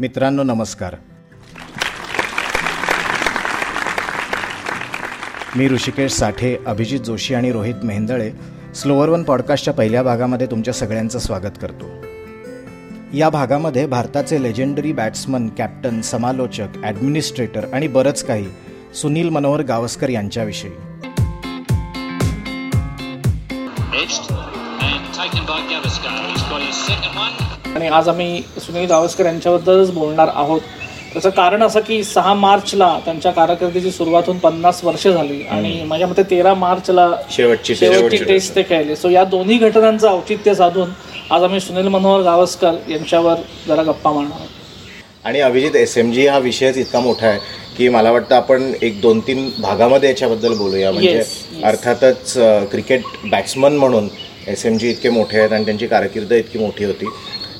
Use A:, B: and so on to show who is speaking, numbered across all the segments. A: मित्रांनो नमस्कार मी ऋषिकेश साठे अभिजित जोशी आणि रोहित मेहेंदळे स्लोअर वन पॉडकास्टच्या पहिल्या भागामध्ये तुमच्या सगळ्यांचं स्वागत करतो या भागामध्ये भारताचे लेजेंडरी बॅट्समन कॅप्टन समालोचक ॲडमिनिस्ट्रेटर आणि बरंच काही सुनील मनोहर गावस्कर यांच्याविषयी
B: Edged and taken by Gavaskar. He's got his second one.
C: आणि आज आम्ही सुनील गावस्कर यांच्याबद्दलच बोलणार आहोत त्याचं कारण असं की सहा मार्चला त्यांच्या कारकिर्दीची सुरुवात होऊन पन्नास वर्ष झाली आणि माझ्या मते तेरा मार्चला
D: शेवटची
C: शेवटची टेस्ट ते खेळले सो या दोन्ही घटनांचं औचित्य साधून आज आम्ही सुनील मनोहर गावस्कर यांच्यावर जरा गप्पा मारणार आहोत
D: आणि अभिजित एस एम जी हा विषयच इतका मोठा आहे की मला वाटतं आपण एक दोन तीन भागामध्ये याच्याबद्दल बोलूया म्हणजे
C: Yes, yes.
D: अर्थातच अ, क्रिकेट बॅट्समन म्हणून एस एम जी इतके मोठे आहेत आणि त्यांची कारकीर्द इतकी मोठी होती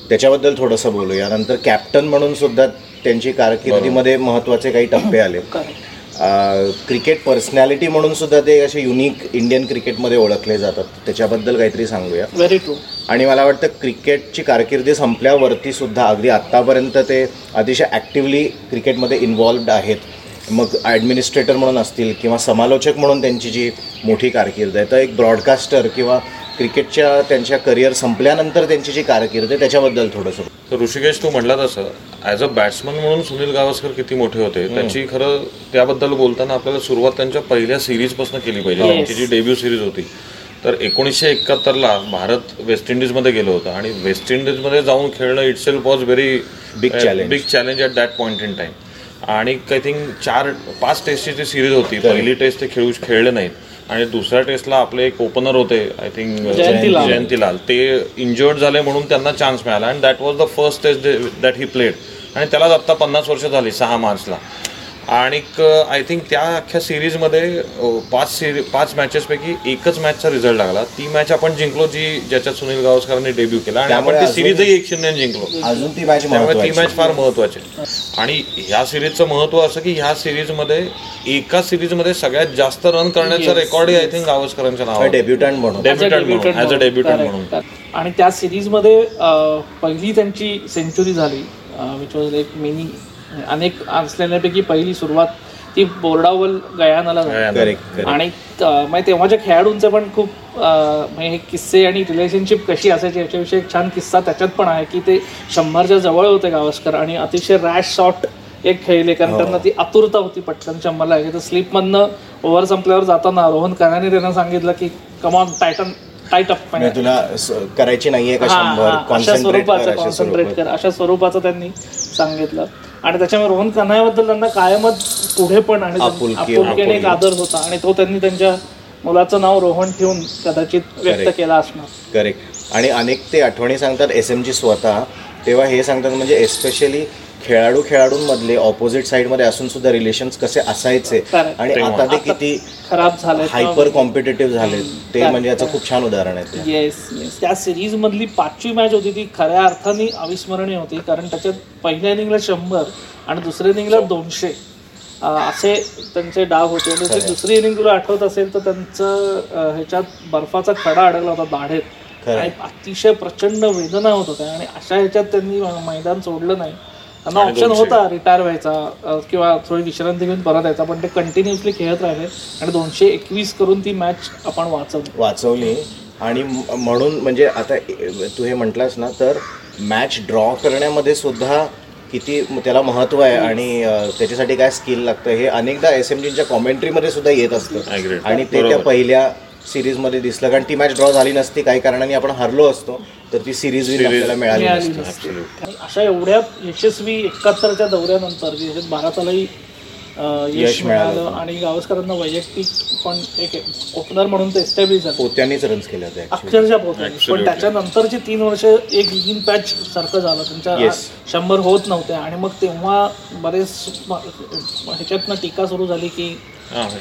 D: त्याच्याबद्दल थोडंसं बोलूया नंतर कॅप्टन म्हणून सुद्धा त्यांची कारकिर्दीमध्ये महत्त्वाचे काही टप्पे आले
C: Correct.
D: अ, क्रिकेट पर्सनॅलिटी म्हणून सुद्धा ते असे युनिक इंडियन क्रिकेटमध्ये ओळखले जातात त्याच्याबद्दल काहीतरी सांगूया
C: व्हेरी ट्रू
D: आणि मला वाटतं क्रिकेटची कारकिर्दी संपल्यावरती सुद्धा अगदी आत्तापर्यंत ते अतिशय ॲक्टिव्हली क्रिकेटमध्ये इन्व्हॉल्वड आहेत मग ॲडमिनिस्ट्रेटर म्हणून असतील किंवा समालोचक म्हणून त्यांची जी मोठी कारकीर्द आहे तर एक ब्रॉडकास्टर किंवा क्रिकेटच्या त्यांच्या करिअर संपल्यानंतर त्यांची जी कारकीर्द आहे त्याच्याबद्दल थोडंसं
E: तर ऋषिकेश तू म्हणला तसं ॲज अ बॅट्समन म्हणून सुनील गावस्कर किती मोठे होते त्याची खरं त्याबद्दल बोलताना आपल्याला सुरुवात त्यांच्या पहिल्या सिरीजपासून केली पाहिजे
C: Yes.
E: त्यांची जी डेब्यू सिरीज होती तर एकोणीसशे एकाहत्तरला भारत वेस्ट इंडिजमध्ये गेलो होता आणि वेस्ट इंडिजमध्ये जाऊन खेळणं itself was very
D: Big
E: eh,
D: challenge.
E: Big challenge at that point in time आणि आय थिंक चार पाच टेस्टची ती सिरीज होती पहिली टेस्ट ते खेळू खेळले नाहीत आणि दुसऱ्या टेस्टला आपले एक ओपनर होते आय थिंक
C: जयंती लाल.
E: जयंतीलाल ते इंजर्ड झाले म्हणून त्यांना चान्स मिळाला and that was the first test that he played आणि त्यालाच आत्ता पन्नास वर्ष झाली सहा मार्चला आणि आय थिंक त्या अख्ख्या सिरीजमध्ये अ, पाच सिरी पाच मॅचेसपैकी एकच मॅचचा रिझल्ट लागला ती मॅच आपण जिंकलो जी ज्याच्यात सुनील गावस्करांनी डेब्यू केला आणि
D: त्यामुळे
E: आपण ती
D: अजून-
E: सिरीजही एक शून्य जिंकलो
D: अजून ती मॅच
E: त्यामुळे ती
D: महत्त्वाची
E: मॅच फार महत्वाची आहे. आणि ह्या सिरीजचं महत्व असं की ह्या सिरीजमध्ये एका सिरीजमध्ये सगळ्यात जास्त रन करण्याचा रेकॉर्डही आय थिंक गावस्करांच्या नावावर
D: डेब्युटंट हो, म्हणून
C: As a
E: डेब्युटंट म्हणून
C: debutant
E: ॲज अ
C: म्हणून.
E: डेब्युटंट
C: Correct,
E: म्हणून
C: correct. आणि त्या सिरीजमध्ये अं, पहिली त्यांची सेंचुरी झाली विच वॉज एक मिनी अनेक असलेल्यापैकी पहिली सुरुवात ती बोर्डावल गयानाला झाली
D: करेक्ट
C: आणि त- म्हणजे तेव्हाच्या खेळाडूंचं पण खूप अं, म्हणजे हे किस्से आणि रिलेशनशिप कशी असायची याच्याविषयी एक छान किस्सा त्याच्यात पण आहे की ते शंभरच्या जवळ होते गावस्कर आणि अतिशय रॅश शॉट एक खेळले कारण त्यांना ती आतुरता होती पटकन शंभरला की तर स्लीपमधनं ओव्हर संपल्यावर जाताना रोहन कराने त्यांना सांगितलं की कमॉन टायटन टाईट अप
D: म्हणजे तुला स- करायची नाहीये का शंभर
C: अशा
D: कॉन्सन्ट्रेट
C: स्वरूपाचं
D: कर अशा
C: कॉन्सन्ट्रेट
D: स्वरूपात
C: कर अशा स्वरूपाचं त्यांनी सांगितलं आणि त्याच्यामुळे रोहन कन्हायाबद्दल त्यांना कायमच पुढे पण आणि
D: आपुलकी-
C: आपुलकीने एक आदर होता आणि तो त्यांनी त्यांच्या मुलाचं नाव रोहन ठेवून कदाचित व्यक्त
D: Correct.
C: केला असणार
D: करेक्ट आणि अनेक ते आठवणी सांगतात एस एम जी स्वतः तेव्हा हे सांगतात म्हणजे एस्पेशली खेळाडू खेळाडूंमधले ऑपोजिट साईडमध्ये असून सुद्धा रिलेशन्स कसे असायचे
C: Correct.
D: आणि आता ते किती
C: खराब झालं
D: हायपर कॉम्पिटेटिव्ह झाले ते म्हणजे याचं खूप छान उदाहरण आहे ते.
C: येस येस त्या सिरीज मधली पाचवी मॅच होती ती खऱ्या अर्थाने अविस्मरणीय होती कारण त्याच्यात पहिल्या इनिंगला शंभर आणि दुसऱ्या इनिंगला दोनशे असे त्यांचे डाव होते आणि ते दुसरी इनिंग तुला आठवत असेल तर त्यांचं अं, ह्याच्यात बर्फाचा खडा अडकला होता दाढेत
D: खरंय.
C: आणि अतिशय प्रचंड वेदना होत होत्या आणि अशा ह्याच्यात त्यांनी अं, मैदान सोडलं नाही त्यांना ऑप्शन होता रिटायर व्हायचा अ, किंवा थोडी विश्रांती घेऊन परत यायचा पण ते कंटिन्युअसली खेळत राहिले आणि दोनशे एकवीस करून ती मॅच आपण वाचवली
D: वाचवली आणि म- म्हणून म्हणजे आता ए- तू हे म्हटलास ना तर मॅच ड्रॉ करण्यामध्ये सुद्धा किती म- त्याला महत्त्व आहे आणि अ, त्याच्यासाठी काय स्किल लागतं हे अनेकदा एस एम जीच्या कॉमेंट्रीमध्ये सुद्धा येत असतं
E: Agreed.
D: आणि ते त्या पहिल्या सिरीजमध्ये दिसलं कारण ती मॅच ड्रॉ झाली नसती काही कारणाने आपण हरलो असतो तर ती सिरीज आपल्याला मिळाली
C: मिळाली
D: नसती
C: नसती. आणि अशा एवढ्या यशस्वी एकाहत्तरच्या दौऱ्यानंतर ज्याच्यात भारतालाही अं, यश
D: यश मिळालं
C: मिळालं आणि गावस्करांना वैयक्तिक पण एक ओपनर म्हणून ते एस्टॅब्लिश झाले
D: पोत्यांनीच रन्स केले होते actually.
C: अक्षरशः पोहोचले पण त्याच्यानंतरची तीन वर्ष एक ग्रीन पॅच सारखं झालं त्यांच्या
D: Yes.
C: शंभर होत नव्हते आणि मग तेव्हा बरेच म- ह्याच्यातनं टीका सुरू झाली की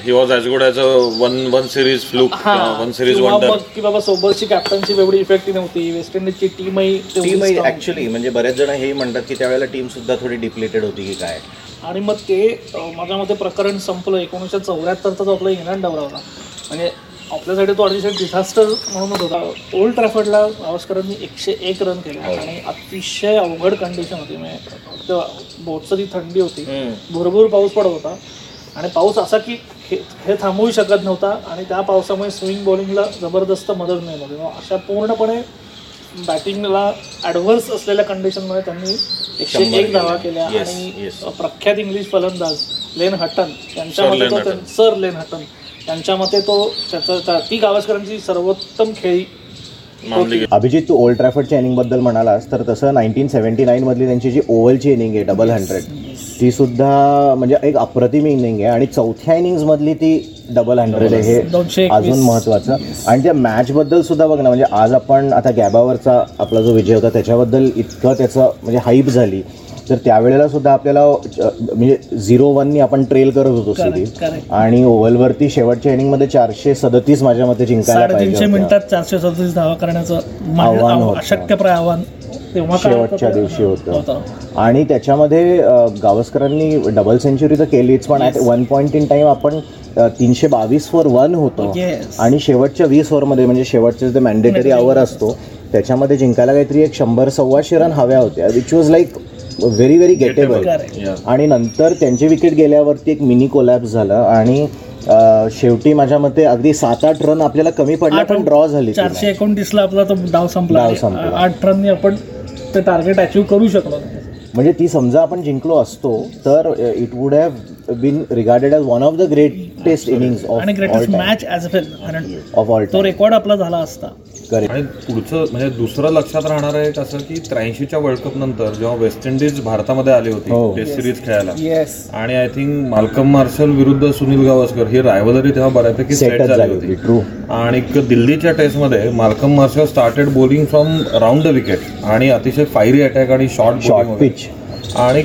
E: he was as good as a one one series fluke one series
C: किंवा
E: वंडर
C: मग की बाबा सोबतची कॅप्टनशिप एवढी इफेक्टिव्ह नव्हती वेस्ट इंडिजची टीमही तेवढी
D: टीम
C: strong नव्हती.
D: ऍक्च्युली म्हणजे बरेच जण हे म्हणतात की त्यावेळेला टीम सुद्धा थोडी डिप्लेटेड होती की काय
C: आणि मग ते अ, माझ्या मते प्रकरण संपलं एकोणीसशे चौऱ्याहत्तरचा जो आपला इंग्लंड डवरावला म्हणजे
F: आपल्यासाठी तो अतिशय डिझास्टर म्हणूनच होता ओल्ड ट्रॅफर्डला गावस्करांनी एकशे एक रन केले आणि अतिशय अवघड कंडिशन होती म्हणजे बोटचं ती थंडी होती भरपूर पाऊस पडत होता आणि पाऊस असा की हे हे थांबवू शकत नव्हता आणि त्या पावसामुळे स्विंग बॉलिंगला जबरदस्त मदत मिळत होती मग अशा पूर्णपणे बॅटिंगला ॲडव्हर्स असलेल्या कंडिशनमध्ये त्यांनी एकशे
D: शंभर
F: एक धावा
D: केल्या.
F: केल्या
D: Yes,
F: आणि
D: yes.
F: प्रख्यात इंग्लिश फलंदाज लेन हटन त्यांच्या
E: Sir
F: मते
E: Len
F: तो
E: Hutton.
F: सर लेन हटन यांच्या मते तो त्याचा त्या- ती गावस्करांची सर्वोत्तम खेळी
E: मानली गेली
D: अभिजित तू ओल्ड ट्रॅफर्डच्या इनिंगबद्दल म्हणालास तर तसं नाईन्टीन सेव्हन्टी नाईनमधली त्यांची जी ओव्हलची इनिंग आहे डबल हंड्रेड ती सुद्धा म्हणजे एक अप्रतिम इनिंग आहे आणि चौथ्या इनिंग्समधली ती डबल हंड्रेड आहे
F: दोनशे
D: हे
F: एकवीस.
D: अजून महत्त्वाचं आणि त्या मॅचबद्दल सुद्धा बघ ना म्हणजे आज आपण आता गॅबावरचा आपला जो विजय होता त्याच्याबद्दल इतकं त्याचं म्हणजे हाईप झाली तर त्यावेळेला सुद्धा आपल्याला अ, म्हणजे झिरो वननी आपण ट्रेल करत होतो
C: Correct,
D: सिधी
C: correct.
D: आणि ओव्हलवरती शेवटच्या इनिंगमध्ये चारशे सदतीस माझ्या मते जिंकायला
C: साडेतीनशे म्हणजे
D: पाहिजे होत्या.
C: मिनिटात चारशे सदतीस धावा करण्याचं
D: आव्हान
C: माझ्या
D: होतं.
C: अशक्यप्राय आव्हान तेव्हा काय होतं
D: शेवटच्या
C: ते-
D: दिवशी होतं
C: होतं.
D: आणि त्याच्यामध्ये अ, गावस्करांनी डबल सेंचुरी तर केलीच पण at one point in time आपण अ, तीनशे बावीस वर वन होतो
C: Yes.
D: हो. आणि शेवटच्या वीस ओव्हरमध्ये म्हणजे शेवटचे जे मॅन्डेटरी आवर असतो त्याच्यामध्ये जिंकायला काहीतरी एक शंभर सव्वाशे रन हव्या होत्या which was like very very gettable
C: Correct.
D: आणि नंतर त्यांची विकेट गेल्यावरती एक मिनी कोलॅप्स झालं आणि अ, शेवटी माझ्या मते अगदी सात आठ रन आपल्याला कमी पडला
C: आठ
D: पण ड्रॉ झाली ती
C: चारशे एकोणतीसला आपला तो डाव संपला
D: डाव
C: आणि
D: संपला.
C: आठ रननी आपण ते टार्गेट अचीव्ह करू शकलो नाही.
D: म्हणजे ती समजा आपण जिंकलो असतो तर it would have been regarded as one of the greatest innings
C: आणि ग्रेटेस्ट मॅच ॲज वेल कारण
D: ऑफ ऑल
C: तो रेकॉर्ड आपला झाला असता
D: करेक्ट
E: आणि पुढचं म्हणजे दुसरं लक्षात राहणार आहे कसं की त्र्याऐंशीच्या वर्ल्ड कप नंतर जेव्हा वेस्ट इंडिज भारतामध्ये आली होती
D: हो.
E: टेस्ट सिरीज खेळायला
C: येस
E: आणि आय थिंक मालकम मार्शल विरुद्ध सुनील गावस्कर ही रायवलरी तेव्हा बऱ्यापैकी सेट
D: सेटच
E: झाली
D: झाली होती
E: होती
D: ट्रू
E: आणि एक दिल्लीच्या टेस्टमध्ये Malcolm Marshall started bowling from round the wicket आणि अतिशय फायरी अटॅक आणि शॉर्ट
D: शॉर्ट पिच
E: आणि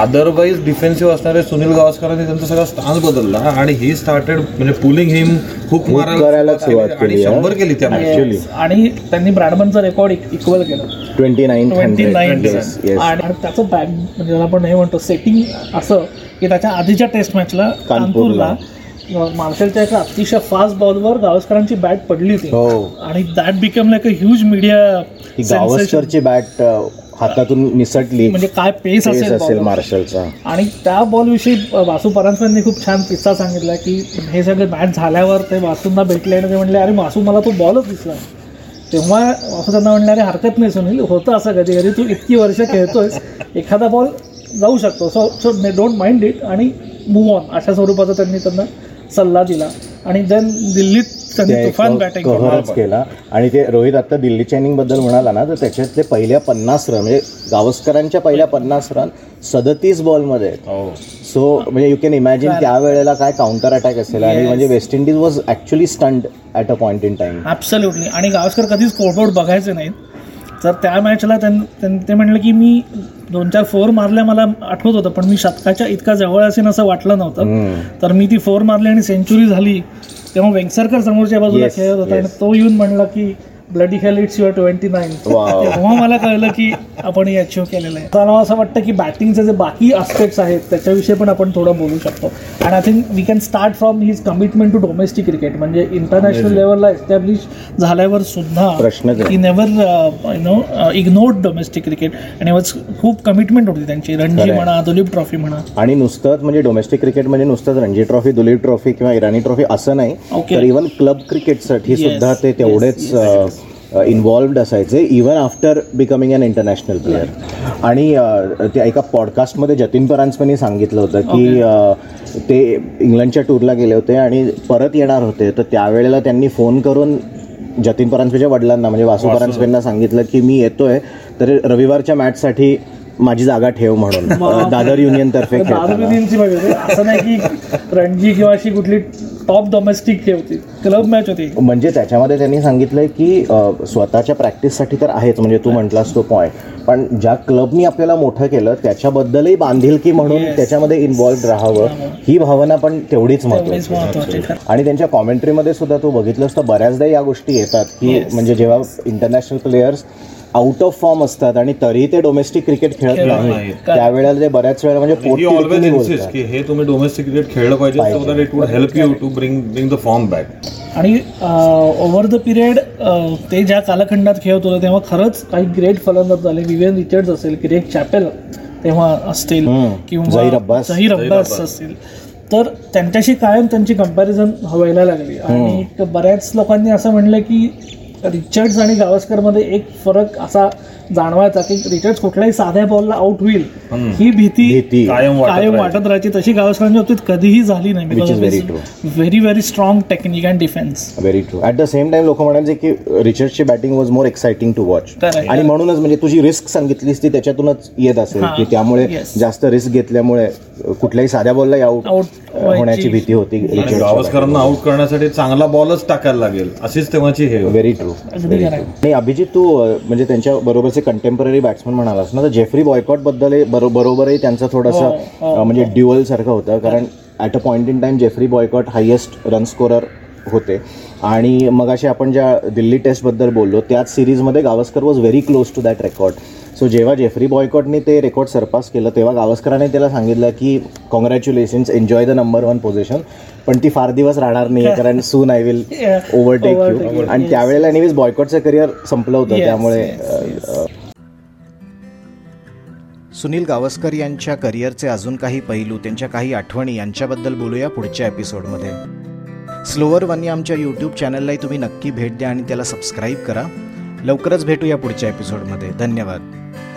E: अदरवाईज डिफेन्सिव्ह असणारे सुनील गावस्करांनी त्यांचा सगळा स्टान्स बदलला आणि ही स्टार्टेड म्हणजे पुलिंग हिम हुक
D: करायला
E: मारायला सुरुवात
D: सुरुवात
E: केली आणि
D: केली, हा.
E: शंभर केली त्या
D: Actually.
C: आणि त्यांनी ब्रॅडमनचा रेकॉर्ड इक्वल केला
D: twenty nine
C: twenty nine
D: yes yes
C: आणि त्याचं बॅग म्हणजे ज्याला आपण हे म्हणतो सेटिंग असं की त्याच्या आधीच्या टेस्ट मॅचला
D: कानपूरला.
C: कानपूरला अं, मार्शलच्या एका अतिशय फास्ट बॉलवर गावस्करांची बॅट पडली होती
D: हो
C: आणि that become like a huge
D: ती
C: मीडिया
D: गावस्करची बॅट uh, हातातून निसटली
C: म्हणजे काय पेस
D: Chase
C: असेल
D: असेल
C: ball वर.
D: मार्शलचा
C: आणि त्या बॉलविषयी वासू परांजपेंनी खूप छान किस्सा सांगितला की हे सगळे मॅच झाल्यावर ते वासूंना भेटले आणि ते म्हणले अरे वासू मला तो बॉलच दिसला नाही." तेव्हा वासू त्यांना म्हणले अरे हरकत नाही सुनील होतं असं कधी कधी तू इतकी वर्ष खेळतोयस एखादा बॉल जाऊ शकतो so so may don't mind it आणि मूव ऑन अशा स्वरूपाचा त्यांनी त्यांना सल्ला दिला आणि देन दिल्लीत त्यांनी तुफान बॅटिंग
D: कव्हरच केला आणि ते रोहित आता दिल्लीच्या इनिंग बद्दल म्हणाला ना तर त्याच्यातले पहिल्या पन्नास रन म्हणजे गावस्करांच्या पहिल्या पन्नास रन सदतीस बॉलमध्ये आहेत. सो म्हणजे यू कॅन इमॅजिन त्यावेळेला काय काउंटर अटॅक असेल आणि
C: Yes.
D: म्हणजे West Indies was actually stunned at a point in time
C: absolutely आणि गावस्कर कधीच कोर्टआउट बघायचे नाहीत तर त्या मॅचला त्यां- त्यां- ते म्हणलं की मी दोन चार फोर मारल्या मला आठवत होतं पण मी शतकाच्या इतका जवळ असेन असं वाटलं नव्हतं तर मी ती फोर मारली आणि सेंचुरी झाली तेव्हा वेंगसरकर समोरच्या बाजूला
D: Yes,
C: खेळत होता आणि
D: yes.
C: तो येऊन म्हणला की bloody hell it's your twenty nine
D: Wow.
C: तेव्हा मला कळलं की आपण हे अचीव्ह केलेलं आहे तर मला असं वाटतं की बॅटिंगचे जे बाकी आस्पेक्ट्स आहेत त्याच्याविषयी पण आपण थोडं बोलू शकतो and I think we can start from his commitment to domestic cricket म्हणजे इंटरनॅशनल लेवलला एस्टॅब्लिश झाल्यावर
D: प्रश्नच
C: सुद्धा uh,
D: नाही.
C: He never you know ignored domestic cricket आणि वॉज खूप कमिटमेंट होती त्यांची रणजी
D: खरंय.
C: म्हणा दुलीप ट्रॉफी म्हणा
D: आणि नुसतंच म्हणजे डोमेस्टिक क्रिकेट म्हणजे नुसतंच रणजी ट्रॉफी दुलीप ट्रॉफी किंवा इराणी ट्रॉफी असं नाही
C: Okay.
D: तर इव्हन क्लब क्रिकेटसाठी
C: Yes,
D: सुद्धा ते
C: yes,
D: तेवढेच
C: yes.
D: इन्वॉल्ड असायचे even after becoming an international player आणि अ, ते एका पॉडकास्टमध्ये जतीन परांजपेंनी सांगितलं होतं की अ, ते इंग्लंडच्या टूरला गेले होते आणि परत येणार होते तर त्यावेळेला त्यांनी फोन करून जतीन परांजपेच्या वडिलांना म्हणजे वासू परांजपेंना सांगितलं की मी येतोय तर रविवारच्या मॅचसाठी माझी जागा ठेव म्हणून अ, दादर युनियन तर्फे
C: दारू
D: खेळताना
C: पिण्याची मजा होती. असं नाही की रणजी किंवा अशी कुठली टॉप डोमेस्टिक खेळ होती क्लब मॅच होती
D: म्हणजे त्याच्यामध्ये त्यांनी सांगितलंय की अ, स्वतःच्या प्रॅक्टिससाठी तर आहेच म्हणजे तू म्हटलास तो पॉईंट पण ज्या क्लबनी आपल्याला मोठं केलं त्याच्याबद्दलही बांधिलकी म्हणून
C: Yes.
D: त्याच्यामध्ये इन्वॉल्व्ड राहावं ही भावना पण तेवढीच
C: तेवढीच महत्वाची
D: महत्वाची आहे. आणि त्यांच्या कॉमेंट्रीमध्ये सुद्धा तू बघितलंस तर बऱ्याचदा या गोष्टी येतात की म्हणजे जेव्हा international players out of form असतात आणि तरीही ते डोमेस्टिक क्रिकेट खेळत नाही
E: नाही.
D: त्यावेळेला ते बऱ्याच वेळा म्हणजे
E: ही ऑलवेज
D: पोटी
E: इन्सिस्ट की हे तुम्ही डोमेस्टिक क्रिकेट खेळलं पाहिजे सो
D: पाहिजे.
E: That it would help you to bring bring the form back
C: आणि ओव्हर द पिरियड ते ज्या कालखंडात खेळत होते तेव्हा खरंच काही ग्रेट फलंदाज झाले विवियन रिचर्ड्स असेल ग्रेट चॅपेल तेव्हा असतील
D: हम्म. झहीर
C: किंवा
D: अब्बास.
C: झहीर अब्बास असतील तर त्यांच्याशी कायम त्यांची कंपॅरिझन व्हायला लागली आणि एक बऱ्याच लोकांनी असं म्हणलं की रिचर्ड्स आणि गावस्करमध्ये एक फरक असा जाणवायचा की रिचर्ड्स कुठल्याही साध्या बॉलला आउट होईल ही भीती
D: भीती.
C: कायम वाटत राहायची तशी गावस्करांच्या बाबतीत कधीही झाली नाही
D: Which is very
C: very very strong technique and defence
D: very true at the same time लोक म्हणायचे की रिचर्डची batting was more exciting to watch
C: Correct.
D: आणि म्हणूनच म्हणजे तुझी रिस्क सांगितलीस ती त्याच्यातूनच येत असेल
C: हां.
D: की त्यामुळे
C: Yes.
D: जास्त रिस्क घेतल्यामुळे अ, कुठल्याही साध्या बॉलला आउट
C: Out व्हायची.
D: होण्याची भीती होती
E: आणि
D: रिचर्डच्या
E: गावस्करांना आउट करण्यासाठी चांगला बॉलच टाकायला लागेल अशीच तेव्हाची हे होती.
D: व्हेरी ट्रू
C: अगदी खरं आहे.
D: नाही अभिजित तू अ, म्हणजे त्यांच्या बरोबरचे कंटेम्पररी बॅट्समन म्हणालास ना तर जेफ्री बॉयकॉट बद्दल बरो- बरोबरही त्यांचा थोडासा
C: हो,
D: अ, म्हणजे ड्युअल सारखं होतं कारण at a point in time Geoffrey Boycott highest run scorer होते आणि मगाशी आपण ज्या दिल्ली टेस्टबद्दल बोललो त्याच सिरीजमध्ये Gavaskar was very close to that record so जेव्हा जेफ्री बॉयकॉटने ते रेकॉर्ड सरपास केलं तेव्हा गावस्कराने त्याला सांगितलं की congratulations enjoy the number one position पण ती फार दिवस राहणार नाही कारण soon I will
C: Yeah.
D: Overtake
C: Overtake you.
D: You आणि
C: Yes.
D: त्यावेळेला एनिवेज बॉयकॉटचं करिअर संपलं होतं
C: Yes,
D: त्यामुळे
C: yes,
D: अ,
G: सुनील गावस्कर यांच्या करिअरचे अजून काही पैलू त्यांच्या काही आठवणी यांच्याबद्दल बोलूया पुढच्या एपिसोडमध्ये स्लोअर वन या आमच्या यूट्यूब चॅनललाही तुम्ही नक्की भेट द्या आणि त्याला सबस्क्राईब करा लवकरच भेटूया पुढच्या एपिसोडमध्ये धन्यवाद